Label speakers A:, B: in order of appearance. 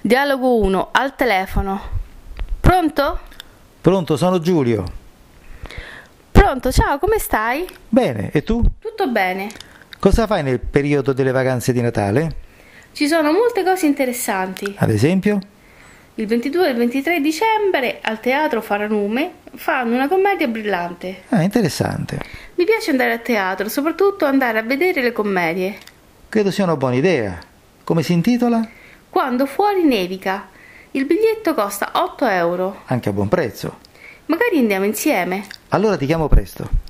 A: Dialogo 1 al telefono. Pronto?
B: Pronto, sono Giulio.
A: Pronto, ciao, come stai?
B: Bene, e tu?
A: Tutto bene.
B: Cosa fai nel periodo delle vacanze di Natale?
A: Ci sono molte cose interessanti.
B: Ad esempio?
A: Il 22 e il 23 dicembre al teatro Faranume fanno una commedia brillante.
B: Ah, interessante.
A: Mi piace andare a teatro, soprattutto andare a vedere le commedie.
B: Credo sia una buona idea. Come si intitola?
A: Quando fuori nevica. Il biglietto costa 8 euro.
B: Anche a buon prezzo.
A: Magari andiamo insieme.
B: Allora ti chiamo presto.